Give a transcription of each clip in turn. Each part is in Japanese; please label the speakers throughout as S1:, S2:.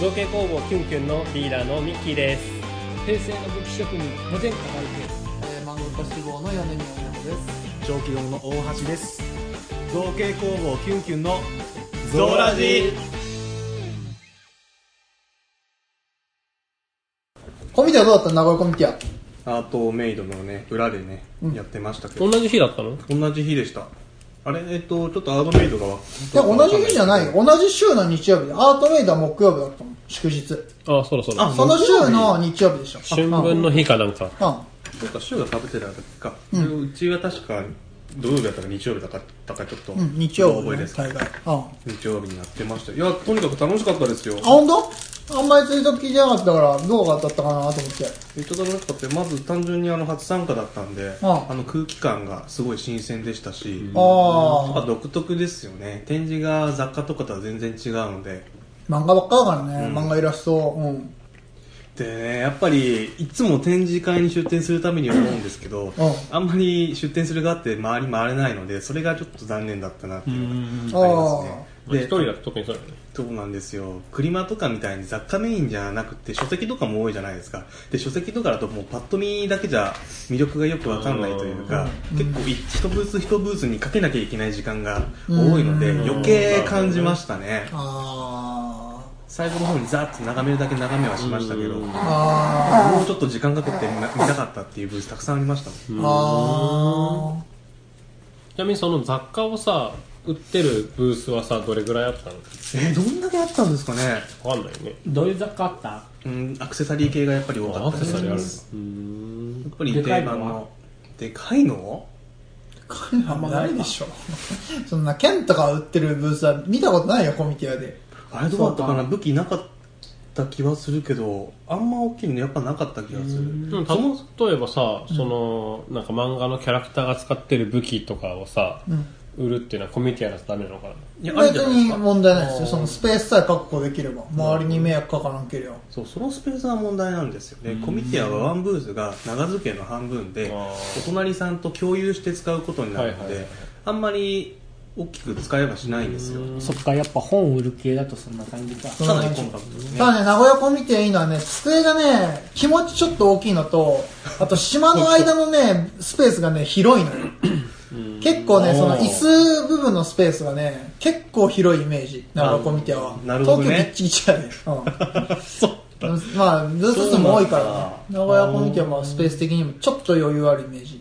S1: 造形工房キュンキュンのリーダーのミッキーです
S2: 平成の武器職人無前科大えー、漫画家志望の米宮桃です
S3: 長期堂の大橋です造形工房キュンキュンのゾーラジ
S2: コミティアどうだった名古屋コミティア
S3: アートメイドのね裏でね、やってましたけ
S1: 同
S3: ど
S1: じ日だったの
S3: 同じ日でしたあれえっとちょっとアートメイドが
S2: いや同じ日じゃないよ同じ週の日曜日でアートメイドは木曜日だったの祝日
S1: あそうだそうだ
S3: あ
S2: その週の日曜日でしょ
S1: 春分の日かなんか
S2: うん
S3: そっか週がかぶってただけか、うちは確か土曜日だったか日曜日だったかちょっと、
S2: うん、日曜
S3: 覚え
S2: 日、
S3: で
S2: ね、
S3: す
S2: 大概。うん。あ、
S3: 日曜日にやってましたいやとにかく楽しかったですよ
S2: ほんとあんまりツイート聞いてなかったから、どうだったかなと思って。
S3: めっちゃ楽しかったよまず単純にあの初参加だったんで
S2: あ
S3: あの空気感がすごい新鮮でしたし、やっぱ
S2: ああ、
S3: 独特ですよね展示が雑貨とかとは全然違うので
S2: 漫画ばっかだからね、
S3: うん
S2: 漫画イラスト。うん。
S3: でねやっぱりいつも展示会に出展するために思うんですけど、あんまり出展する側って周り回れないのでそれがちょっと残念だったなっていうのがありますね
S1: 一
S3: で
S1: 人だと特にそうだよね
S3: そうなんですよクリマとかみたいに雑貨メインじゃなくて書籍とかも多いじゃないですかで書籍とかだともうパッと見だけじゃ魅力がよくわかんないというか結構い一ブース一ブースにかけなきゃいけない時間が多いので
S2: うん
S3: 余計感じましたね
S2: あ
S3: 最後の方にザーッと眺めるだけ眺めはしましたけど
S1: う
S3: も
S2: あ、あ
S3: うちょっと時間かけて見な見たかったっていうブースたくさんありましたもん
S2: あ、あ
S1: ちなみにその雑貨をさ売ってるブースはさどれぐらいあったの
S3: えーどんだけあったんですかね
S1: わかんないよね
S4: どういう雑貨あった
S3: うんアクセサリー系がやっぱり多か
S1: ア
S3: っ
S1: ク
S3: た
S1: セ
S3: です
S1: サリーある
S3: や
S1: うん
S3: っぱり定番のでかいの
S2: ー、こ んなあんまないでしょ。 そんな、剣とか売ってるブースは見たことないよ、コミティアで。
S3: あれどうだったかな武器なかった気はするけどあんま大きいのやっぱなかった気がする
S1: でも例えばさ、そのなんか漫画のキャラクターが使ってる武器とかをさ、売るっていうのはコミュニティアだとダメなのかない
S3: やある
S2: 別
S3: じゃないです
S2: に
S3: か
S2: 問題ないですよ。そのスペースさえ確保できれば。周りに迷惑かからんけりゃ。
S3: そうそのスペースが問題なんですよねコミティアはワンブースが長漬けの半分で
S1: あー
S3: お隣さんと共有して使うことになる
S1: は
S3: の
S1: いはい
S3: で
S1: はい
S3: あんまり大きく使えばしないんですよ
S4: そっかやっぱ本売る系だとそんな感じか
S2: うん
S3: かなりコンパクトですね
S2: ただね、名古屋コミティいいのはね、机がね、気持ちちょっと大きいの と、あと島の間のね、スペースがね、広いのよ。結構ね、その
S3: おー
S2: 椅子部分のスペースがね、結構広いイメージ、名古屋コミティアは。
S3: あなるほど
S2: 東京ギ
S3: ね
S2: ッチギチだね。 うん。まあ、ブース数も多いからね。名古屋コミティアはまあスペース的にもちょっと余裕あるイメージ。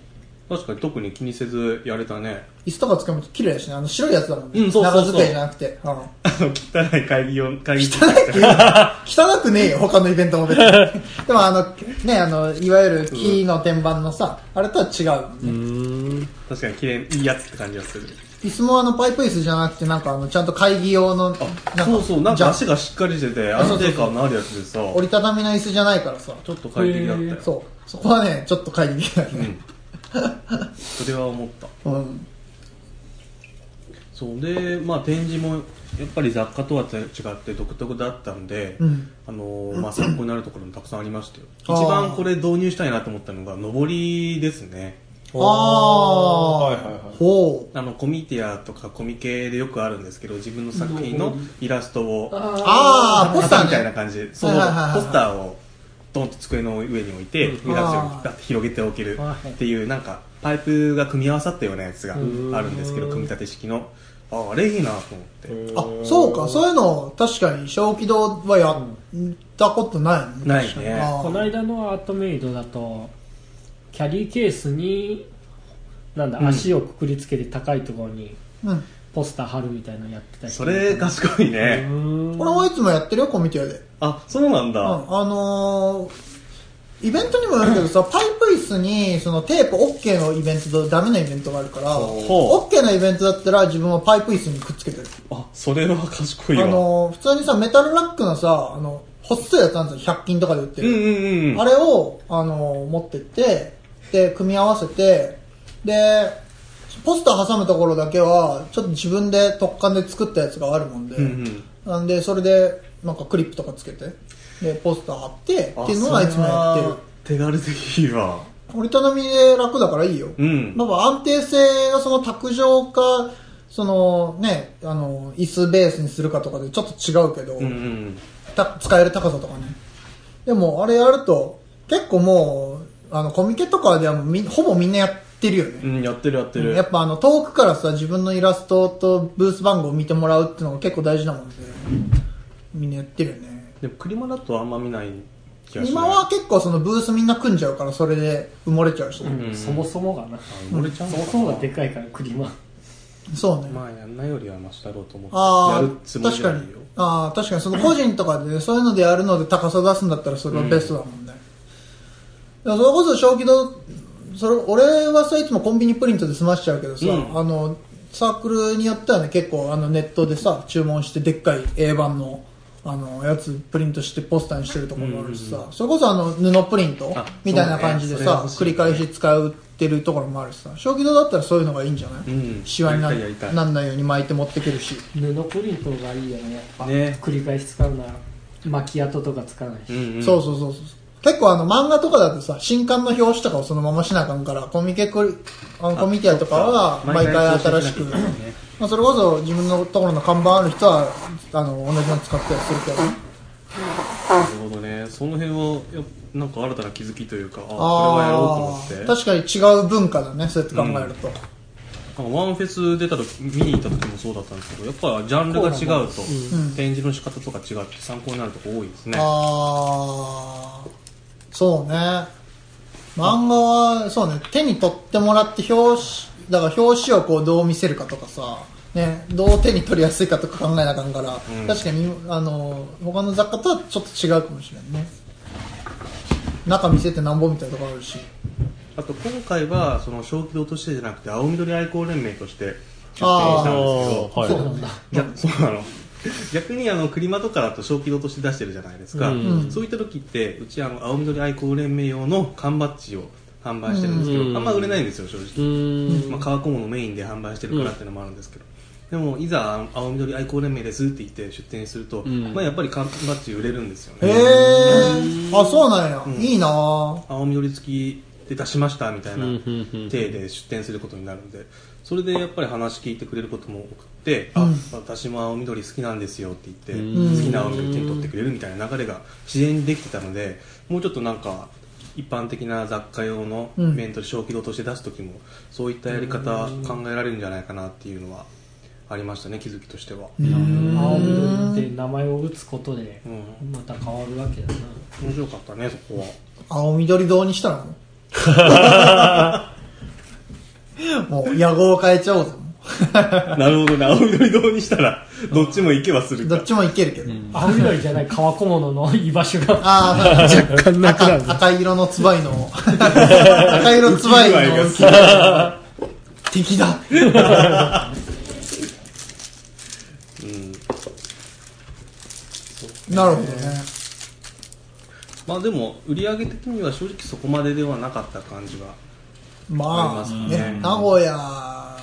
S3: 確かに特に気にせずやれたね
S2: 椅子とか使うも綺麗だしね、あの白いやつだもんね。
S3: うんそうそうそう
S2: 長机じゃなくて。うん
S3: あの汚い会議用会議室
S2: 汚くねえよ、他のイベントも別に。でもあの、ね、あの、いわゆる木の天板のさ、あれとは違うもんね、
S3: 確かに綺麗いいやつって感じがする
S2: 椅子もあの、パイプ椅子じゃなくて、なんかあの、ちゃんと会議用の、なんか
S3: そうそうなん
S2: じゃ
S3: か足がしっかりしてて安定感のあるやつでさ
S2: 折りたたみの椅子じゃないからさ。
S3: ちょっと快適だったよ
S2: そう。そこはね、ちょっと会議できないね。
S3: それは思った
S2: うん。
S3: そうでまあ展示もやっぱり雑貨とは違って独特だったんで、
S2: うん
S3: あのーまあ、参考になるところもたくさんありましたよ一
S2: あー
S3: 番これ導入したいなと思ったのが上りですね
S2: ああ、
S1: はいはいはい
S2: ほう。
S3: あのコミティアとかコミケでよくあるんですけど自分の作品のイラストを
S2: ああ、ポスター
S3: みたい
S2: ね
S3: な。感じでそう
S2: はいはいはいはい
S3: ポスターをドンと机の上に置いてイラストを
S2: あー
S3: ガッと広げておける
S2: はい
S3: っていうなんかパイプが組み合わさったようなやつがあるんですけど組み立て式のああれいいなと思って
S2: あ、そうか、そういうの、確かに、小気道はやったことないね
S3: ないね
S2: 確かにあー
S4: この間のアートメイドだとキャリーケースになんだ、
S3: うん
S4: 足をくくりつけて高いところに
S2: うん。
S4: ポスター貼るみたいなのやってたり
S3: それ賢いね、
S2: これはいつもやってるよ、コミティアで。
S3: あそうなんだ、
S2: うん、あのーイベントにもよるけどさ、パイプ椅子にそのテープ OK のイベントとダメなイベントがあるから、
S3: ほ
S2: OK のイベントだったら自分はパイプ椅子にくっつけてる。
S3: あそれは賢
S2: あ
S3: いわ、
S2: のー普通にさ、メタルラックのさ、あの、細いやつなんですよ、100均とかで売って
S3: うん
S2: る。
S3: うんうん
S2: あれを、あのー持ってって、で、組み合わせて、で、ポスター挟むところだけは、ちょっと自分で特感で作ったやつがあるもんで、
S3: うんうん
S2: なんでそれでなんかクリップとかつけてでポスター貼って
S3: あ
S2: っていうのがいつもやってる
S3: それは手軽でいいわ
S2: 折りたたみで楽だからいいよ、
S3: うん
S2: まあ安定性がその卓上かそのねあの椅子ベースにするかとかでちょっと違うけど、
S3: うんうん
S2: た使える高さとかねでもあれやると結構もうあのコミケとかではもうみほぼみんなやってるよね
S3: うん、やってるやってる。
S2: やっぱあの遠くからさ自分のイラストとブース番号を見てもらうっていうのが結構大事なもんでみんなやってるよね
S3: でも、車だとあんま見ない気がしない。
S2: 今は結構そのブースみんな組んじゃうからそれで埋もれちゃうし、
S3: ん
S4: そもそもがな
S3: あの、俺ちゃん
S4: そもそもがでかいからクリマ
S2: そうね、
S3: まあ、やんないよりはマシだろうと思って。
S2: あ
S3: やるつ
S2: あ
S3: もり
S2: 確
S3: じゃ
S2: か
S3: ない
S2: に
S3: よ。
S2: ああ確かにその個人とかでねそういうのでやるので高さ出すんだったらそれはベストだもんね、だからそれこそ小規模それ俺はさいつもコンビニプリントで済ましちゃうけどさ、
S3: うん
S2: あのサークルによってはね結構あのネットでさ注文してでっかい A 版のあのやつプリントしてポスターにしてるところもあるしさ、それこそあの布プリント
S3: あ
S2: みたいな感じで
S3: そうねそれ
S2: さ、
S3: 欲しい
S2: 繰り返し使ってるところもあるしさ小規模だったらそういうのがいいんじゃない、
S3: うん
S2: シワにな
S3: やりたいやりたい
S2: なんないように巻いて持ってくるし
S4: 布プリントがいいよねやっぱ
S3: ね
S4: 繰り返し使うなら巻き跡とかつかないし、
S3: うんうん。
S2: そうそうそうそう。結構あの漫画とかだとさ、新刊の表紙とかをそのまましなあかんから、コミケクリ、あのコミティアとかは毎回新しく、
S3: 毎回更新しなきゃいけないね
S2: まあそれこそ自分のところの看板ある人は、あの、同じの使ったりするけど、
S3: なるほどね。その辺は、やっぱなんか新たな気づきというか、あ、これはやろうと思って。
S2: 確かに違う文化だね、そうやって考えると。
S3: なんかワンフェス出た時見に行った時もそうだったんですけどやっぱジャンルが違うと、
S2: うん
S3: 展示の仕方とか違って参考になるとこ多いですね
S2: ああそうね漫画はそうね手に取ってもらって表紙だから表紙をこうどう見せるかとかさね、どう手に取りやすいかとか考えなあかんから、
S3: ん
S2: 確かにあの他の雑貨とはちょっと違うかもしれんね中見せてなんぼみたいなとこあるし
S3: あと今回はその小規模としてじゃなくて青緑愛好連盟として出展
S2: あー
S3: したんですけど
S1: はい
S2: そうなんだ
S3: いや、そうなの。逆にあの、クリマとかだと小規模として出してるじゃないですか。
S1: うん
S3: そういった時って、うちあの、青緑愛好連盟用の缶バッジを販売してるんですけど、
S1: うん
S3: あんま売れないんですよ、正
S1: う
S3: 直。
S1: ーん
S3: まあ、革小物メインで販売してるからっていうのもあるんですけど。でも、いざ、あの青緑愛好連盟ですって言って出店すると、
S1: ん
S3: まあ、やっぱり缶バッジ売れるんですよ
S2: へえ
S3: ね。
S2: あそうなんや、いいなあ
S3: 青緑付きで出しましたみたいな
S1: うんうんうん
S3: 体で出店することになるんでそれでやっぱり話聞いてくれることも多くて、
S2: う
S3: あ
S2: ん
S3: 私も青緑好きなんですよって言って
S1: うん
S3: 好きな青緑手に取ってくれるみたいな流れが自然にできてたのでもうちょっとなんか一般的な雑貨用のイ
S2: うん
S3: ベントで小規模として出す時もそういったやり方考えられるんじゃないかなっていうのはありましたね気づきとしては。
S2: うん
S4: 青緑って名前を打つことで
S3: うん
S4: また変わるわけだな、
S3: 面白かったねそこは
S2: 青緑堂にしたらもうもう野号変えちゃおうぜ
S3: なるほどね青緑堂にしたらどっちも行けはする
S2: ど
S3: か
S2: っちもいけるけど、
S4: 青緑じゃない革小物の居場所が
S2: ああ、若干なくなる、赤赤色のつばい の、赤色つばいの浮き具合が、敵だ。
S3: うん
S2: なるほどね。
S3: まあでも売り上げ的には正直そこまでではなかった感じが
S2: ま
S3: あり
S2: あ、
S3: ますね
S2: ね、名古屋、
S4: ま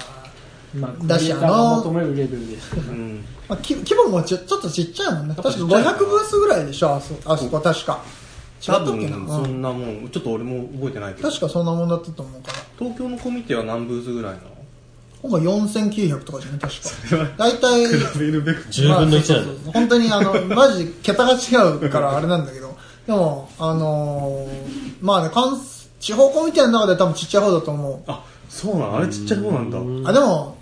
S4: あ、
S2: だしあの
S4: クリエイターが求めるレベルですけど
S3: うん
S2: まあ、き規模もちょちょっとちっちゃいもんね。確か
S3: ちっちゃいな
S2: 500ブースぐらいでしょ、あそあそこ確か。違った
S3: 多
S2: っ
S3: 分
S2: けな、
S3: そ
S2: うん
S3: んなもんちょっと俺も覚えてないけど
S2: 確かそんなもんだったと思うから。
S3: 東京のコミティは何ブースぐらいなの
S2: 今回4900とかじゃね、確
S3: は
S2: か。大体、
S3: ベルベク
S1: 10分の1な
S2: まあ
S1: ん
S2: そう
S1: だ
S2: そうそう本当にあの、 マジ、桁が違うからあれなんだけど、でも、あのーまあね、関西地方コミュニティの中で多分ちっちゃい方だと思
S3: あそうなのあれちっちゃい方なんだ
S2: う。あ、でも、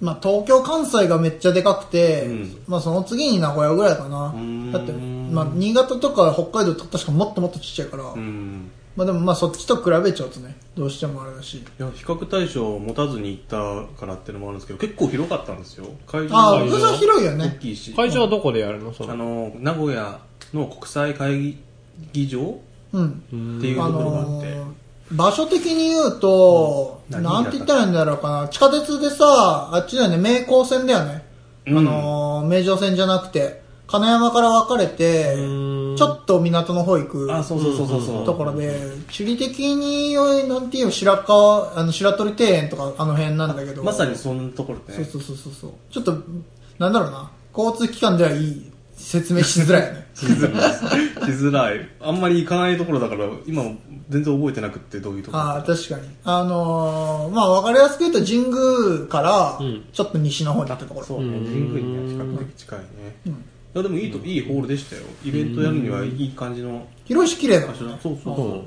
S2: まあ東京、関西がめっちゃでかくて、
S3: うん
S2: まあその次に名古屋ぐらいかな
S3: ー。ん
S2: だって、まあ新潟とか北海道と確かもっともっとちっちゃいから、
S3: うん
S2: まあでもまあそっちと比べちゃうとね、どうしてもあれだし。
S3: いや比較対象を持たずに行ったからっていうのもあるんですけど結構広かったんですよ会場
S2: ああ、
S1: 会場
S2: 福島広いよ
S3: 大
S2: ね。
S3: きいし
S1: 会場はどこでやるのそ
S3: あ
S1: の
S3: の名古屋の国際会議場
S2: うん。
S3: っていうと
S2: あ
S3: ころがあっ
S2: の
S3: て、
S2: ー場所的に言うと、
S3: うん
S2: なんて言ったらいいんだろうかな。地下鉄でさ、あっちだよね、名港線だよね。
S3: うん
S2: あのー名城線じゃなくて、金山から分かれて、
S1: うん
S2: ちょっと港の方行く
S3: あそうそうそうそうそう
S2: ところで、地理的に、なんて言う白川、あの、白鳥庭園とかあの辺なんだけど。
S3: まさにそんなところで
S2: そう
S3: ね
S2: そうそうそうそう。ちょっと、なんだろうな。交通機関ではいい。説明しづらいよね。
S3: しづらいです。しづらい。あんまり行かないところだから、今も全然覚えてなくって、どういうところ
S2: ああ、
S3: だったか
S2: 確かに。あのーまあ分かりやすく言うと神宮から
S1: うん、
S2: ちょっと西の方に行ったところ。
S3: そうね、
S1: うん
S3: 神宮には比較的近いね。
S2: うん
S3: やでもいいと、いいホールでしたよイベントやるにはいい感じの
S2: 広いし綺麗だも
S3: 場
S2: ん
S3: 所だ
S2: ね
S3: そうそ
S1: そ
S3: うそ
S1: う
S3: う
S1: フ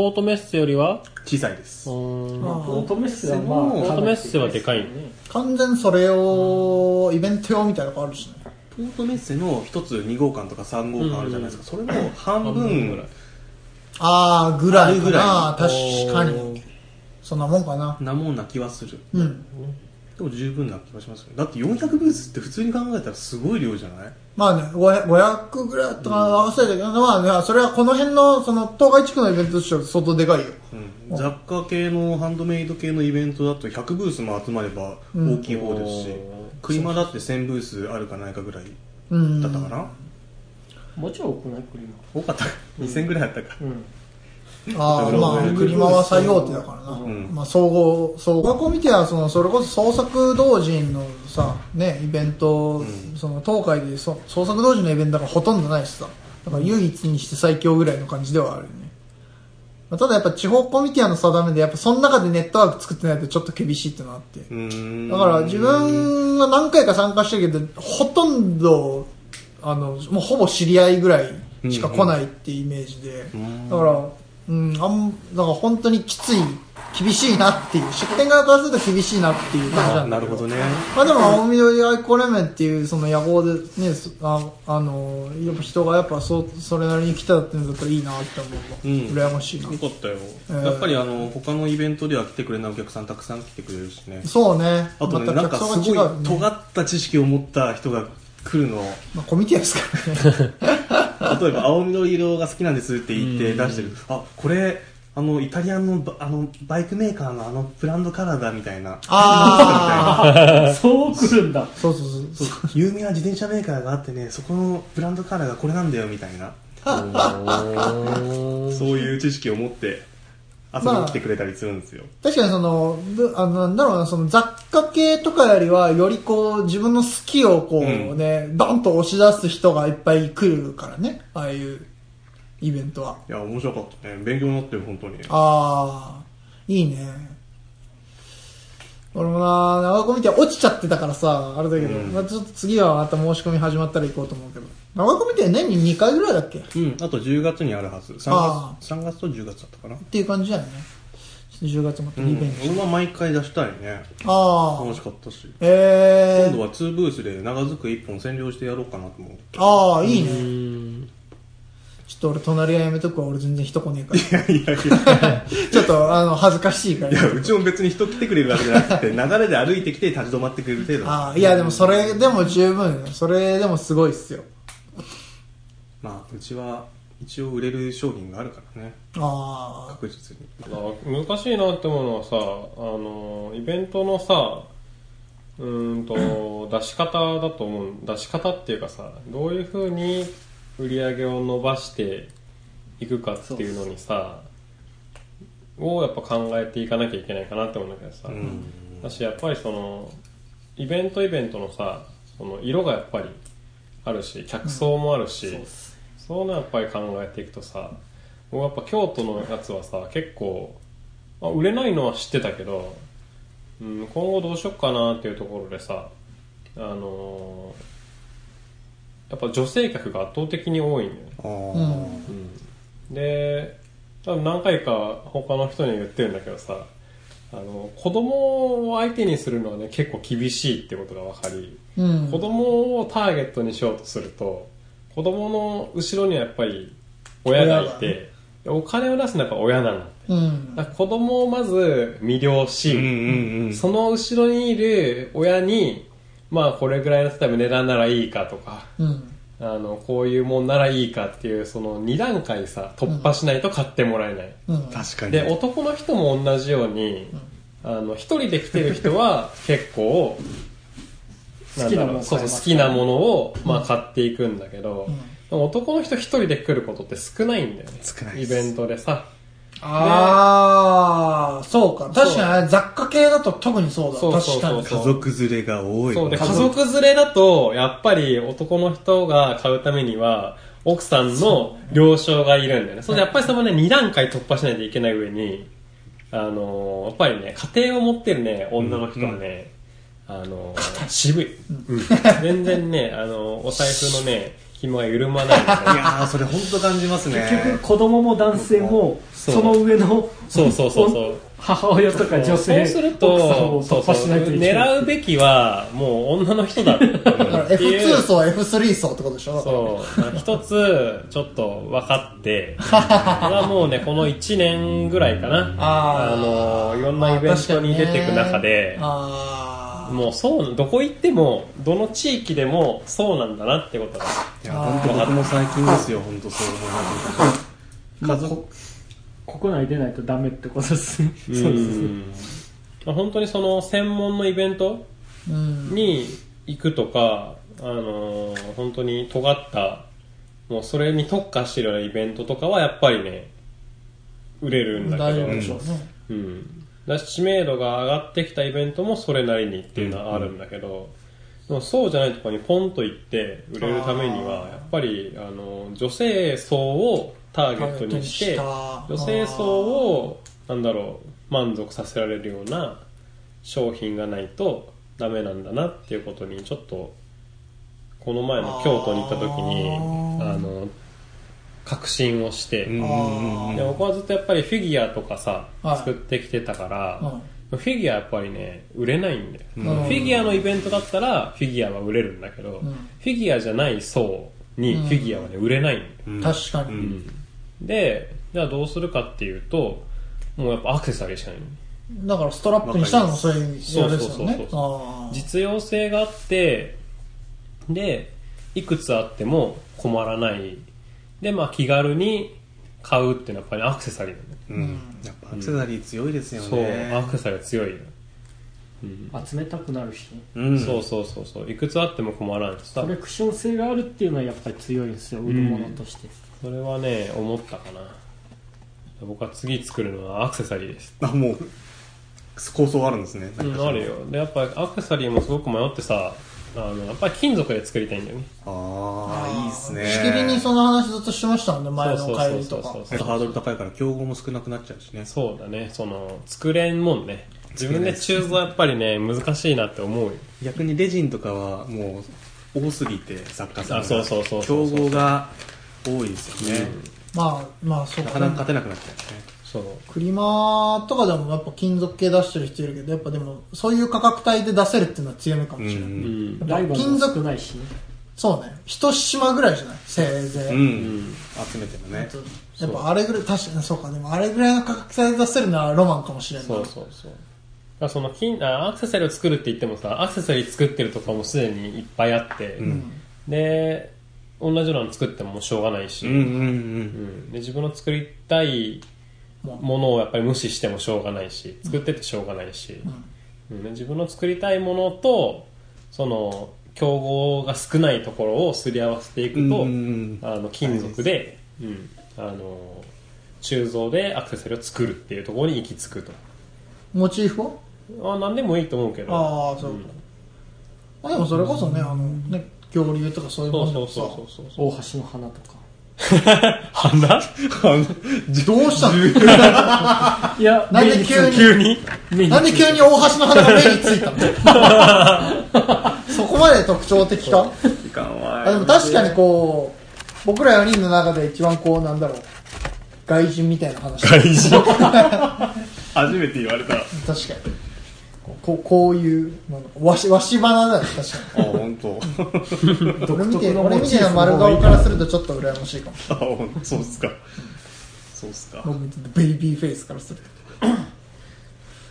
S1: ォートメッセよりは
S3: 小さいです
S1: うーん
S2: あー
S4: オートメッセはまあ
S3: オー
S1: トメッセはでかい
S4: ね
S2: 完全それをイベント用みたいなのがあるしね
S3: ポートメッセの一つ2号館とか3号館あるじゃないですか、それの
S1: 半
S3: 半
S1: 分
S3: 分
S1: ぐら
S3: ぐら
S1: い
S3: い
S2: ああぐらいかな
S3: あ
S2: 確か
S1: お
S2: に
S1: ー
S2: そんなもんかな
S3: なもんな気はする
S2: うん
S3: でも十分な気がしますよだって400ブースって普通に考えたらすごい量じゃない
S2: まあね500 500ぐらいとか忘れたけど、まあねそれはこの辺のその東海地区のイベントとしては相当でかいよ
S3: うん雑貨系のハンドメイド系のイベントだと100ブースも集まれば
S2: うん
S3: 大きい方ですし、車だって1000ブースあるかないかぐらい
S2: うん
S3: だったかな、
S4: もうちょい多くないクリ
S3: 多 かった2000ぐらいあったか
S4: マうん
S2: ああ
S3: だから
S2: まあ
S3: ね
S2: クリマは最大手だからな、
S3: ん
S2: まあ、総合総合コミュニティはそのそれこそ創作同人のさねイベント、
S3: ん
S2: その東海でそ創作同人のイベントがほとんどないしさだから唯一にして最強ぐらいの感じではあるよね、まあ、ただやっぱ地方コミュニティアの定めでやっぱその中でネットワーク作ってないとちょっと厳しいってのがあって
S3: うーん
S2: だから自分は何回か参加してるけどほとんどあのもうほぼ知り合いぐらいしか来ないってイメージで、
S3: ん
S2: だから、うん、あんだから本当にきつい厳しいなっていう出店側からすると厳しいなっていう感じ
S3: あ
S2: なん
S3: な
S2: だけ
S3: る
S2: ど
S3: ほどね
S2: まあでも青緑愛好連盟っていうその野望でねそああのやっぱ人がやっぱそそれなりに来たっていうんだったらいいなって思うわ、
S3: う
S2: 羨
S3: ん
S2: ましいな
S3: よかったよ、
S2: ー
S3: やっぱりあの他のイベントでは来てくれないお客さんたくさん来てくれるしね
S2: そうね
S3: あとね、
S2: また
S3: なん
S2: 客
S3: か
S2: 層
S3: す
S2: が違
S3: ごいう
S2: ね
S3: 尖った知識を持った人が来るの
S2: まあ、コミュニティアです からね
S3: 例えば青緑色が好きなんですって言って出してるあこれあのイタリアンのばあのバイクメーカーのあのブランドカラーだみたいな
S2: ああ
S4: そうくるんだ
S2: そうそうそうそう
S3: 有名な自転車メーカーがあってねそこのブランドカラーがこれなんだよみたいなそういう知識を持って遊びに来てくれたりするんですよ、
S2: 確かにその、ぶあのなんだろうな、その雑貨系とかよりは、よりこう、自分の好きをこう
S3: うん
S2: ね、ドンと押し出す人がいっぱい来るからね、ああいうイベントは。
S3: いや面白かったね勉強になってる本当に
S2: ああ、いいね。俺もな、長岡見て落ちちゃってたからさ、あれだけど、
S3: うん
S2: まあちょっと次はまた申し込み始まったら行こうと思うけど。長岡見て年に2回ぐらいだっけっ
S3: うんあと10月にあるはず3
S2: あ
S3: 月 ,3 月と10月だったかな
S2: ていう感じだよね。ちょっと10月また
S3: う
S2: リ
S3: ん
S2: ベンジ。
S3: 俺は毎回出したいね
S2: あ
S3: 楽
S2: あ、
S3: しかったし
S2: え
S3: 今
S2: え
S3: 度
S2: ー、
S3: は2ブースで長机1本占領してやろうかなと思って
S2: ああ、いいね。
S1: うん
S2: ちょっと俺隣はやめとくわ俺全然人来ねえから
S3: いやいやい
S2: ちょっとあの恥ずかしいから
S3: やうちも別に人来てくれるわけじゃなくて流れで歩いてきて立ち止まってくれる程度
S2: ああいやでもそれでも十分それでもすごいっすよ
S3: まあうちは一応売れる商品があるからね
S2: あ
S3: 確実に
S1: なんか難しいなって思うのはさあのイベントのさうーんと出し方だと思う出し方っていうかさどういうふうに売り上げを伸ばしていくかっていうのにさをやっぱ考えていかなきゃいけないかなって思うんだけどさ、
S3: うん
S1: だしやっぱりそのイベントイベントのさその色がやっぱりあるし客層もあるし、
S4: そうっす
S1: そういうのやっぱり考えていくとさ僕やっぱ京都のやつはさ結構、まあ、売れないのは知ってたけど、うん、今後どうしよっかなっていうところでさあのーやっぱ女性客が圧倒的に多いんだよね
S3: ああ、
S2: あうん
S1: で多分何回か他の人に言ってるんだけどさあの子供を相手にするのはね結構厳しいってことが分かり、
S2: うん
S1: 子供をターゲットにしようとすると子供の後ろにはやっぱり親がいて、
S2: 親
S1: でお金を出すのはやっぱ親なの
S2: うん
S1: だから子供をまず魅了し、
S3: うんうんうん
S1: その後ろにいる親にまあこれぐらいの例えば値段ならいいかとか
S2: うん
S1: あのこういうもんならいいかっていうその2段階さ突破しないと買ってもらえない、
S2: うん
S3: 確かに
S1: で男の人も同じように、あの一人で来てる人 は結構んだろう
S4: 好きなものを買います
S1: そうそう好きなものを、まあ、買っていくんだけど、
S2: うん
S1: でも男の人一人で来ることって少ないんだよね
S3: 少ないで
S1: イ
S3: す
S1: ベントでさ
S2: ああそうか確かに雑貨系だと特にそうだ
S1: そうそう
S2: 確
S1: そう
S2: か
S1: そう
S3: 家族連れが多い
S1: そうで
S3: 家
S1: 家
S3: 族
S1: 族連れだとやっぱり男の人が買うためには奥さんの了承がいるんだよねそうでやっぱりそれもね2段階突破しないといけない上にあのーやっぱりね家庭を持ってるね女の人はね、あの、渋い。 うん全然ね、あの、お財布のね、紐が緩まないのね。
S3: いやーそれ本当感じますね
S4: 結局子供も男性も
S1: そう
S4: その上の
S1: そうそうそうそう。
S4: 母親とか女
S1: そ
S4: 性
S1: うする
S4: 奥さ
S1: と
S4: んを突破しないといけない
S1: 狙うべきはもう女の人だ って
S2: だから
S1: いう
S2: F2 層、F3 層ってことでしょだから
S1: そうまあ一つちょっと分かってこれはもうねこの1年ぐらいかな
S2: あー
S1: のいろんなイベントに出てく中で、
S2: あー
S1: もうそうどこ行ってもどの地域でもそうなんだなってことが
S3: いや本当僕も最近ですよ本当そう思います家族
S4: 国内出ないとダメってことですね
S1: そうですねまあ本当にその専門のイベント
S2: うん
S1: に行くとか、あのー本当に尖った、もうそれに特化してるようなイベントとかはやっぱりね、売れるんだ
S2: 大
S1: け
S2: 丈
S1: ど
S2: 夫、でしょうね
S1: うん。だし知名度が上がってきたイベントもそれなりにっていうのはあるんだけど、でもそうじゃないところにポンと行って売れるためには、やっぱり、あの、女性層をターゲットにして、女
S2: 女
S1: 性層をなんだろう満足させられるような商品がないとダメなんだなっていうことにちょっとこの前の京都に行った時に
S2: あー
S1: あの確信をして、
S3: うんうんうん
S1: で僕はずっとやっぱりフィギュアとかさ、
S2: はい
S1: 作ってきてたから、フィギュアやっぱりね売れないんだよ、
S3: うん
S1: フィギュアのイベントだったらフィギュアは売れるんだけど、
S2: うん
S1: フィギュアじゃない層にフィギュアはね売れないんだよ、
S3: うん
S2: 確かに、
S3: うん
S1: でじゃあどうするかっていうともうやっぱアクセサリーしかない
S2: だからストラップにしたのもそういう
S1: そ
S2: そうう
S1: そう
S2: で
S1: そう
S2: す
S1: そ
S2: よ
S1: う
S2: ねあー
S1: 実用性があってでいくつあっても困らないでまあ気軽に買うっていうのはやっぱりアクセサリーなんだよ
S3: うんやっぱアクセサリー強いですよね
S1: そうアクセサリーは強いよ、うん
S4: 集めたくなるし
S3: うん
S1: そうそうそうそういくつあっても困らないさ
S4: コレクション性があるっていうのはやっぱり強いんですよ売るものとして、
S1: それはね思ったかな僕は次作るのはアクセサリーです
S3: あもう構想あるんですね
S1: うんあるよでやっぱりアクセサリーもすごく迷ってさあのやっぱり金属で作りたいんだよね
S3: ああいいっすね
S2: しきりにその話ずっとしましたもんね前の帰りと
S1: そうそうそう
S2: か
S1: そう
S3: あとハードル高いから競合も少なくなっちゃうしね
S1: そうだねその作れんもんね自分でチューズはやっぱりね難しいなって思うよ
S3: 逆にレジンとかはもう多すぎて作家さんが
S1: あそうそうそうそ
S3: 競
S1: うそう
S3: 合が多いですよね、
S2: まあまあそう
S3: な
S2: か
S3: かなか勝てなくなっちゃうね
S1: そう
S2: クリマとかでもやっぱ金属系出してる人いるけどやっぱでもそういう価格帯で出せるっていうのは強みかもしれない、
S1: う
S3: うん
S4: ライバル
S2: 金
S4: も
S2: 属
S4: 少ないしね
S2: そうね一島ぐらいじゃないせいぜい、
S3: うん、集めてもね
S2: やっぱあれぐらい確かにそうかでもあれぐらいの価格帯で出せるのはロマンかもしれんない
S1: そうそうそうだからその金あアクセサリーを作るって言ってもさアクセサリー作ってるとかもすでにいっぱいあって、
S3: うん
S1: で同じようなの作ってももうしょうがないし、
S3: うんうんう
S1: うんんで自分の作りたいものをやっぱり無視してもしょうがないし作っててしょうがないし、
S2: うん
S1: うん自分の作りたいものとその競合が少ないところをすり合わせていくと、
S3: うんうん
S1: あの金属で、うん、あの鋳造でアクセサリーを作るっていうところに行き着くと
S2: モチーフは
S1: あ何でもいいと思うけど
S2: ああそうか、まあでもそれこそねあのね恐竜とかそういうも
S1: そ
S2: ん
S1: う
S2: で
S1: そ
S2: も
S1: う
S2: さ
S1: そうそうそう
S4: 大橋の花とか
S1: 花
S2: どうしたの
S4: いや
S2: なん
S4: 目
S2: で
S4: につ
S2: 急に
S1: 急に
S4: 目に
S2: なんで急に大橋の花が目についたの そこまで特徴的か
S3: うんいかんわ
S2: あでも確かにこう僕ら4人の中で一番こうなんだろう外人みたいな話確
S1: 大事
S3: 初めて言われたあ
S2: かにこうこういうなんだろうわしわし花だよ確かに
S3: 本当
S2: 俺み
S4: 独
S2: たい
S4: 特
S2: な
S4: の
S2: 俺
S4: モ
S2: み
S4: チ
S2: たい
S4: ー
S2: な
S4: フ
S2: 丸
S4: の方がい
S2: 顔
S4: い
S2: からするとちょっと羨ましいかも
S3: あ本当そうっすかそうっすか
S2: 僕ベイビーフェイスからする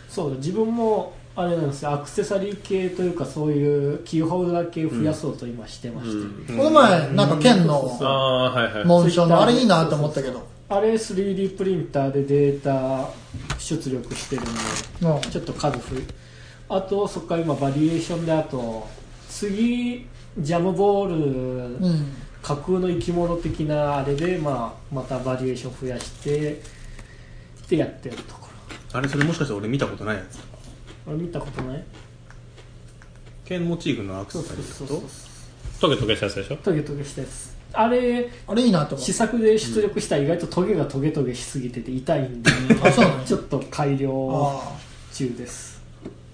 S4: そう自分もあれなんですよアクセサリー系というかそういうキーホルダー系を増やそうと今してまして、
S2: とこの前なんか県
S1: あ
S2: の
S1: あはいはい
S2: 紋章のあれいいなと思ったけど
S4: あれ 3D プリンターでデータ出力してるんで
S2: うん
S4: ちょっと数増えあとそこから今バリエーションであと次ジャムボール、
S2: うん
S4: 架空の生き物的なあれで、まあ、またバリエーション増やしてでやってるところ
S3: あれそれもしかして俺見たことないやつ
S4: 俺見たことない
S3: 剣モチーフのアク
S4: そ
S3: セ
S4: う
S3: サ
S4: そう
S3: リ
S4: そう
S3: ー
S1: ト
S4: そう
S3: と
S1: ゲトゲしたやつでしょ
S4: トゲトゲしたやつあれ
S2: あれいいなと思っ
S4: 試作で出力したら意外とトゲがトゲトゲしすぎてて痛いんで
S2: たあそうなん
S4: ちょっと改良
S2: あ
S4: 中です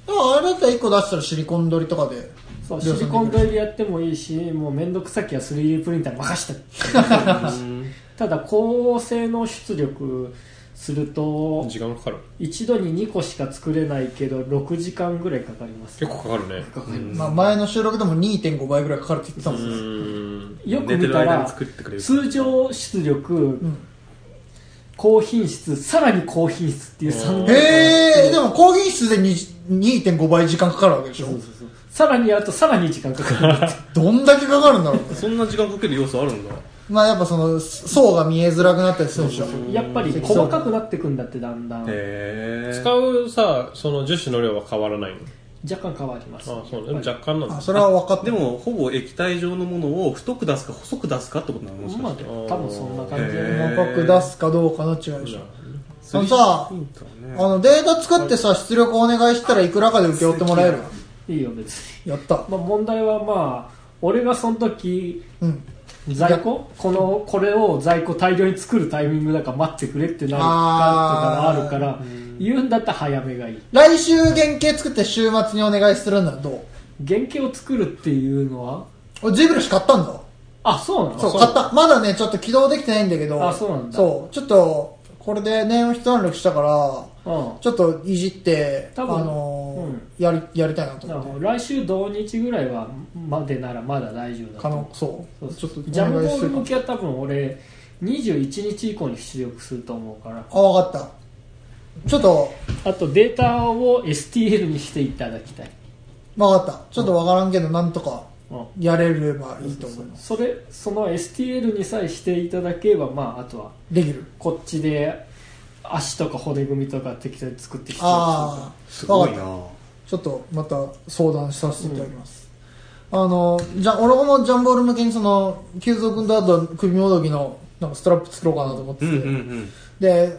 S2: でもあれだったら1個出したらシリコン取りとかで
S4: そうシリコンドイルやってもいいしもう面倒くさきは 3D プリンターに任した ただ高性能出力すると
S1: 時間かかる
S4: 一度に2個しか作れないけど6時間ぐらいかかります
S1: 結構かかるね
S4: かかります
S2: まあ、前の収録でも2.5倍ぐらいかかるって言ってたも
S1: うん
S2: ね
S1: ーん
S4: よく
S3: 寝て
S4: 見
S3: る
S4: た
S3: 間に
S4: ら
S3: 作ってくれる
S4: 通常出力、
S2: ん
S4: 高品質さらに高品質っていう3
S1: うん
S4: 段階
S2: へえでも高品質でに2.5倍時間かかるわけでしょ
S4: そうそうそうさらにやるとさらに時間かかるって
S2: どんだけかかるんだろうね
S3: そんな時間かける要素あるんだ
S2: まあやっぱその層が見えづらくなったりするでしょ
S4: やっぱり細かくなってくんだってだんだん若
S3: へえ
S1: 使うさその樹脂の量は変わらないの
S4: 干変わります
S1: あそうねでも
S4: やっぱ
S1: 若干なん
S2: あ
S1: だ
S2: それは分かって
S3: でもほぼ液体状のものを太く出すか細く出すかってことなのも
S4: り
S3: し
S4: ま
S3: か
S4: あ
S3: して
S4: 多分そんな感じ
S3: へー
S2: 細かく出すかどうかの違いでしょそのさ
S3: 3D プリンターね
S2: あのデータ作ってさ出力お願いしたらいくらかで請け負ってもらえる
S4: いいよ別に、
S2: やった
S4: まあ、問題はまあ俺がその時
S2: うん
S4: 在庫このこれを在庫大量に作るタイミングだから待ってくれってなるかとかはあるから言うんだったら早めがいい
S2: 来週原型作って週末にお願いするんだどう
S4: 原型を作るっていうのは
S2: 俺ジブリシ買ったんだ
S4: あそうなの
S2: そう買ったまだねちょっと起動できてないんだけど
S4: あそうなんだ
S2: そうちょっとこれで念を一段落したから
S4: う
S2: ちょっといじってあ
S4: 多分
S2: のーやりやりたいなと
S4: ん、なる
S2: 思っ
S4: ほ
S2: て
S4: ど来週土日ぐらいはまでならまだ大丈夫だ
S2: 可
S4: と
S2: 能
S4: 思
S2: そう
S4: う
S2: ち
S4: そ
S2: ょ
S4: う
S2: っとお
S4: ジャムボ
S2: 願いす
S4: ール
S2: るか
S4: 向きは多分俺21日以降に出力すると思うから
S2: あ分かったちょっと
S4: あとデータを STL にしていただきたい、
S2: 分かったちょっと分からんけどなんとか
S4: うん、
S2: やれればいいと思います
S4: それその STL にさえしていただければまああとは
S2: できる
S4: こっちで足とか骨組みとか適当に作ってきて
S2: あ
S3: す
S2: あ
S3: ご
S2: 分
S3: い
S2: かっ
S3: な
S2: たちょっとまた相談させていただきます、あのじゃ俺もジャンボール向けにその久蔵君とあと首もどきのなんかストラップ作ろうかなと思って
S3: う
S2: て、
S3: んうんうん
S2: で、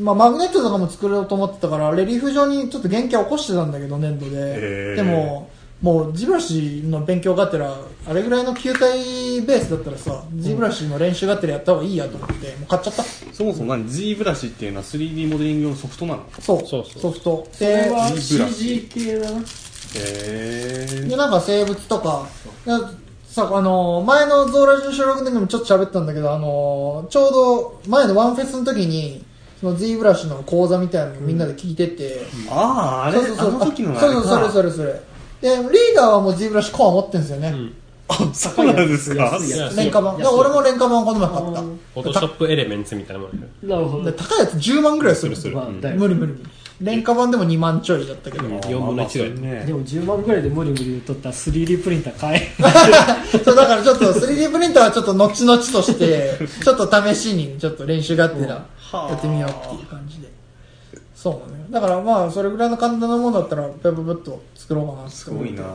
S2: まあ、マグネットとかも作ろうと思ってたからレリーフ上にちょっと原型起こしてたんだけど粘土
S3: へ
S2: で
S3: ー
S2: でももうジブラシの勉強がてらあれぐらいの球体ベースだったらさジブラシの練習がてらやった方がいいやと思ってもう買っちゃった
S3: そもそも何 G ブラシっていうのは 3D モデリング用のソフトなの
S2: そう
S1: そうそう
S2: ソフト
S4: これ
S2: で
S4: は
S3: えー
S4: CG 系だな
S3: へ
S2: でなんか生物とかなさあの前のゾーラジの収録でもちょっと喋ったんだけどあのちょうど前のワンフェスの時にその Z ブラシの講座みたいなのをみんなで聞いてて、
S3: ああーあれ
S2: そうそうそう
S3: あの時のあれ
S2: そうそうそれそれそれでリーダーはもう Z ブラシコア持ってるんですよね、
S1: ん
S3: あそうなんですか
S4: 安いやつ
S2: 廉価版
S4: 安い
S2: で俺も廉価版この前買った
S4: うん
S1: フォトショップエレメンツみたいなもんだよ
S4: なるほど
S2: で高いやつ10万ぐらいする
S1: する
S4: まあだよ
S2: 無理無理無理廉価版でも2万ちょいだったけど、
S1: 4分の1ぐらい
S4: でも10万ぐらいで無理無理言うとったら 3D プリンター買え
S2: そうだからちょっと 3D プリンターはちょっと後々としてちょっと試しにちょっと練習があってら
S3: はあ
S2: やってみようっていう感じでそうねだからまあそれぐらいの簡単なものだったらペブブッと作ろうかなす
S3: すごいな
S2: っ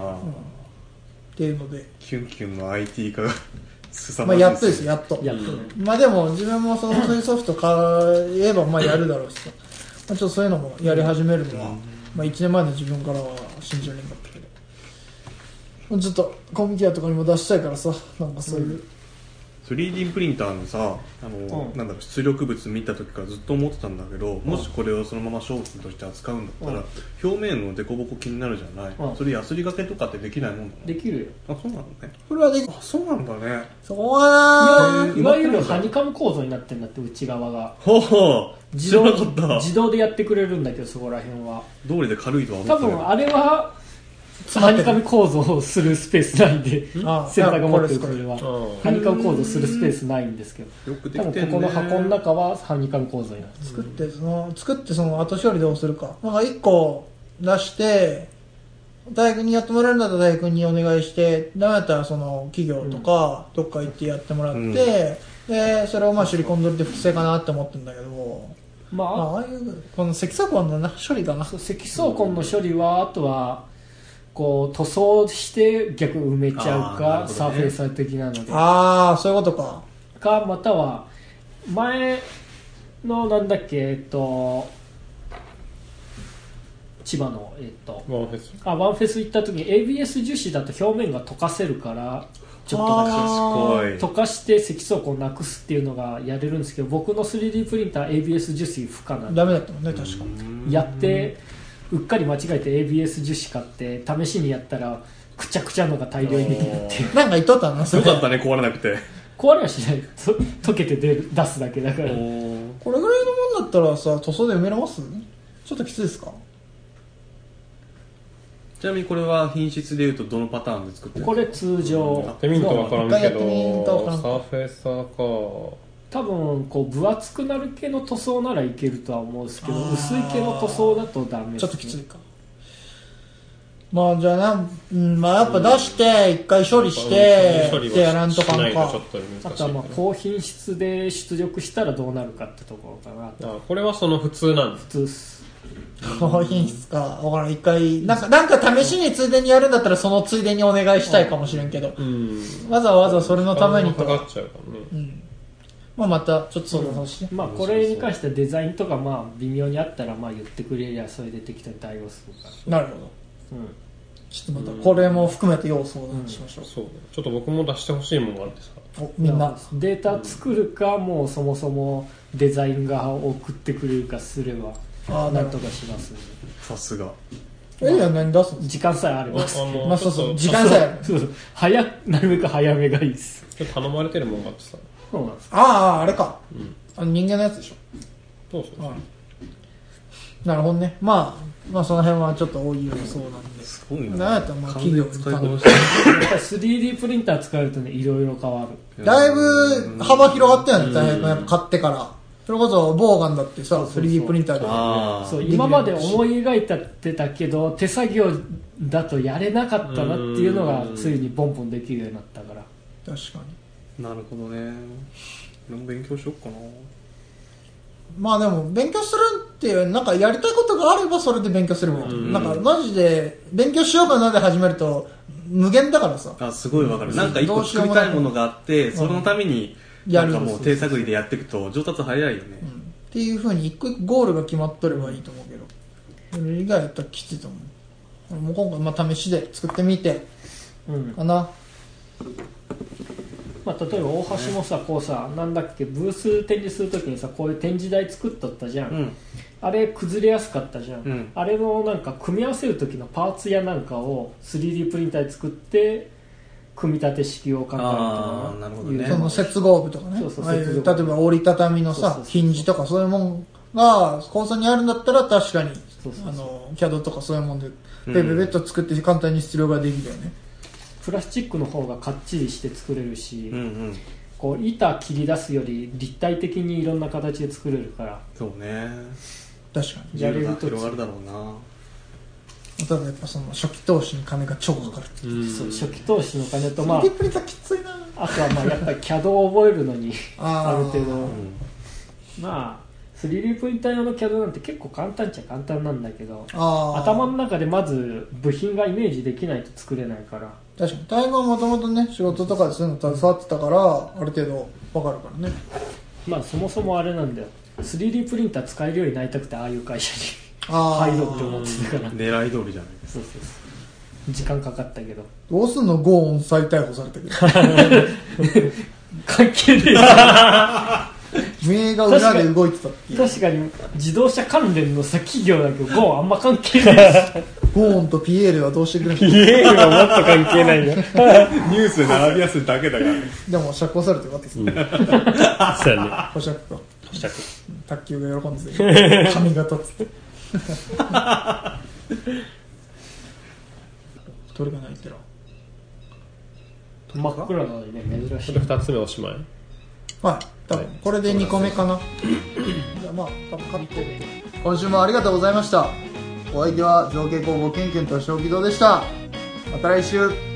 S2: ていうので
S3: キュンキュンの IT 化が すさ
S2: まあやっとですよやっと
S4: やっとね
S2: まあでも自分もそのそういうソフト買えばまあやるだろうしさ、まあ、ちょっとそういうのもやり始めるのは、まあ、1年前の自分からは信じられなかったけどちょっとコミュニティアとかにも出したいからさなんかそういう、
S3: 3D プリンターのさあの、
S4: うん
S3: なんだろう出力物見た時からずっと思ってたんだけど、もしこれをそのまま商品として扱うんだったら、表面の凸凹気になるじゃない、
S4: うん
S3: それヤスリがけとかってできないもんなの
S4: できるよ
S3: あそうなんだね
S2: これはでき
S3: あそうなんだね
S2: そこはない
S4: わゆるハニカム構造になってるんだって内側が
S3: ほうほう知
S4: 自
S3: ら
S4: 動
S3: なかった
S4: 自動でやってくれるんだけどそこら辺は
S3: どうりで軽いとは思
S4: 多
S3: ってない
S4: 分あれは
S2: 詰ま
S4: ハ
S2: って
S4: ニ
S2: る
S4: カム構造をするスペースないんで
S2: ああ
S4: センターが持ってるこれ
S1: これで
S4: は
S1: すこ
S4: ハニカム構造するスペースないんですけど
S3: よくで
S4: 多
S3: きて
S4: 分
S3: ん
S4: こ
S3: ね
S4: この箱の中はハニカム構造になる
S2: 作ってその作ってその後処理どうするかなんか1個出して大学にやってもらえるんだったら大学にお願いしてダメだったらその企業とかどっか行ってやってもらって、
S3: うん
S2: でそれをまあシリコンドリで複製かなって思ってるんだけど
S4: ま
S2: ま
S4: あ
S2: あああいうこの積錯音のな処理だな
S4: そう積層根の処理はあとはこう塗装して逆埋めちゃうか、
S3: あーなるほどね
S4: サーフェイサー的なので
S2: ああそういうことか
S4: かまたは前のなんだっけえっと千葉のえっと
S1: ワンフェス
S4: あワンフェス行った時に ABS 樹脂だと表面が溶かせるからちょっとだけ
S2: あ
S3: 賢い
S4: 溶かして積層根をなくすっていうのがやれるんですけど僕の 3D プリンター ABS 樹脂不可な
S2: ー
S4: んで
S2: ダメだったもんね確か
S4: やってうっかり間違えて ABS 樹脂買って試しにやったらくちゃくちゃのが大量にできるっていう
S2: なんか言っとったな、そ
S3: よ
S2: れ。
S3: かったね、壊れなくて。
S4: 壊れはしないと溶けて出る出すだけだから
S2: これぐらいのもんだったらさ、塗装で埋めれますちょっときついですか
S3: ちなみにこれは品質でいうとどのパターンで作ってる
S4: これ通常
S1: やってみんとわからんけど
S2: 一回やってみんとわからん
S1: サーフェイサーか
S4: 多分こう分厚くなる系の塗装ならいけるとは思うんですけ
S2: あ
S4: ど
S2: ー
S4: 薄い系の塗装だとダメです
S2: ちょ
S4: ね
S2: っときついか。まあじゃあな、うん、まあやっぱ出して、一回処理して、
S1: 処理は
S2: でやらんとか
S1: しなんいとちょ
S2: か
S1: っ。と難しい
S4: あ
S1: か
S4: とはまあ高品質で出力したらどうなるかってところかな
S1: なあこれはその普通なんです
S4: 普通っす
S2: 高品質か。わからん、一回、なんか、なんか試しについでにやるんだったら、そのついでにお願いしたいかもしれんけど、
S1: うん
S2: わざわざそれのために
S1: 時間
S2: と
S1: がか
S2: か
S1: か。っちゃうからね
S2: うん。まあまた、ちょっとその話して。
S4: まあこれに関してはデザインとかまあ微妙にあったらまあ言ってくれりゃそれで適当に対応するから
S2: なるほど。
S4: うん
S2: ちょっとまた、これも含めて要素をしましょう。
S1: そうちょっと僕も出してほしいものがあってさ
S2: おみんな。
S4: データ作るかもうそもそもデザインが送ってくれるかすれば
S2: ああ、な
S4: な
S2: る
S4: ん
S2: ほ
S4: と
S2: ど。
S4: かしますんで
S3: さすが。
S2: エリア何出すんです
S4: 時間さえあれば
S1: ああの
S2: まあそうそう
S1: ちょっ
S2: 時間さえあれば
S4: そうそう早なるべく早めがいいです
S1: とちょっと頼まれてるものがあってさ
S4: そうなんです
S2: かああ、あれか。
S1: うん
S2: あの人間のやつでしょ。
S1: そうそう
S2: はいなるほどね。まあ、まあその辺はちょっと多いよそうなんです
S3: ごい
S2: なんやったらまあ企業に
S3: 完全に
S2: 頼
S3: 使い
S2: む
S3: こなして
S4: やっぱり 3D プリンター使えるとねいろいろ変わる
S3: る
S2: だいぶ幅広がったよね、
S1: うん
S2: 大変やっぱ買ってから。それこそ、ボーガンだってさ、
S4: そうそうそう
S2: 3D プリンターで。
S3: ああ
S4: そう
S2: できる
S4: 今まで思い描いたってたけど手作業だとやれなかったなっていうのが
S1: うん
S4: ついにボンボンできるようになったから
S2: 確かに。
S3: なるほどね俺も勉強しよっかな
S2: まあでも、勉強するっていう、なんかやりたいことがあればそれで勉強するも
S1: うん
S2: ん。なんか、マジで、勉強しようかなで始めると、無限だからさ。
S3: あすごいわかる、
S2: うん
S3: なんか一個作りたいものがあって
S2: どうしよ
S3: そう
S2: も
S3: れ
S2: な
S3: の
S2: く
S3: ために
S2: や
S3: な
S2: る
S3: んかもう手探りでやっていくと上達早いよね、
S2: うんっていうふうに一個一個ゴールが決まっとればいいと思うけどそれ以外やったらきついと思うもう今回まあ試しで作ってみて
S4: うん
S2: かな
S4: まあ、例えば大橋もさこうさなんだっけブース展示するときにさこういう展示台作っとったじゃん、
S3: うん
S4: あれ崩れやすかったじゃん、
S3: うん
S4: あれのなんか組み合わせる時のパーツやなんかを 3D プリンターで作って組み立て式を考えると
S3: あ
S4: か
S3: ーなるほどね
S4: いう
S2: その接合部とかね
S4: そうそう
S2: ああいう
S4: 接
S2: 例え
S4: 合部
S2: ば折りたたみの
S4: そうそう
S2: さ
S4: そう
S2: ヒンジとかそういうもんが構想にあるんだったら確かに
S4: そうそうそう
S2: あの CAD とかそういうもんでペペペっと作って簡単に出力ができるよね
S4: プラスチックの方がかっちりして作れるし、
S3: うんうん
S4: こう板切り出すより立体的にいろんな形で作れるから
S3: そうね
S2: 確かに
S4: やれ
S3: 自
S4: る
S3: 由
S4: と
S3: が広がるだろうな
S2: ただやっぱその初期投資に金が超かかる
S1: うん
S4: そう初期投資の金とまあ
S2: 3D プリンターきついな
S4: あとはまあやっぱり CAD を覚えるの に
S2: あ
S4: あ
S2: ー
S4: る程度
S3: うん
S4: まあ 3D プリンター用の CAD なんて結構簡単っちゃ簡単なんだけど
S2: あー
S4: 頭の中でまず部品がイメージできないと作れないから
S2: 確かに大河はもともとね仕事とかでそういうの携わってたからある程度わかるからね
S4: まあそもそもあれなんだよ 3D プリンター使えるようになりたくてああいう会社に
S2: ああ
S4: 入ろうって思ってたから
S3: 狙い通りじゃない
S4: そうそうそう時間かかったけど
S2: どうすんのゴーン再逮捕されたけど
S4: 関係ねえよ
S2: 名が裏で動いてたっていう
S4: 確かに自動車関連のさ企業だけどゴーあんま関係ねえし
S2: ゴーンとピエールはどうしてくれる
S1: ピエールはもっと関係ないよ
S3: ニュースで並びやすいだけだから
S2: のでも釈放されてよかったですね
S1: そうやね
S2: 保釈か
S1: したく
S2: 卓球が喜んでた よ髪型っつって鳥が鳴いてる
S4: 真っ暗なのにね珍し
S1: そ
S4: い
S1: れで2つ目おしまい
S2: はい多分これで2個目か なじゃあまあ多分カット今週もありがとうございましたお相手は造形工房ケンケンと小規堂でしたまた来週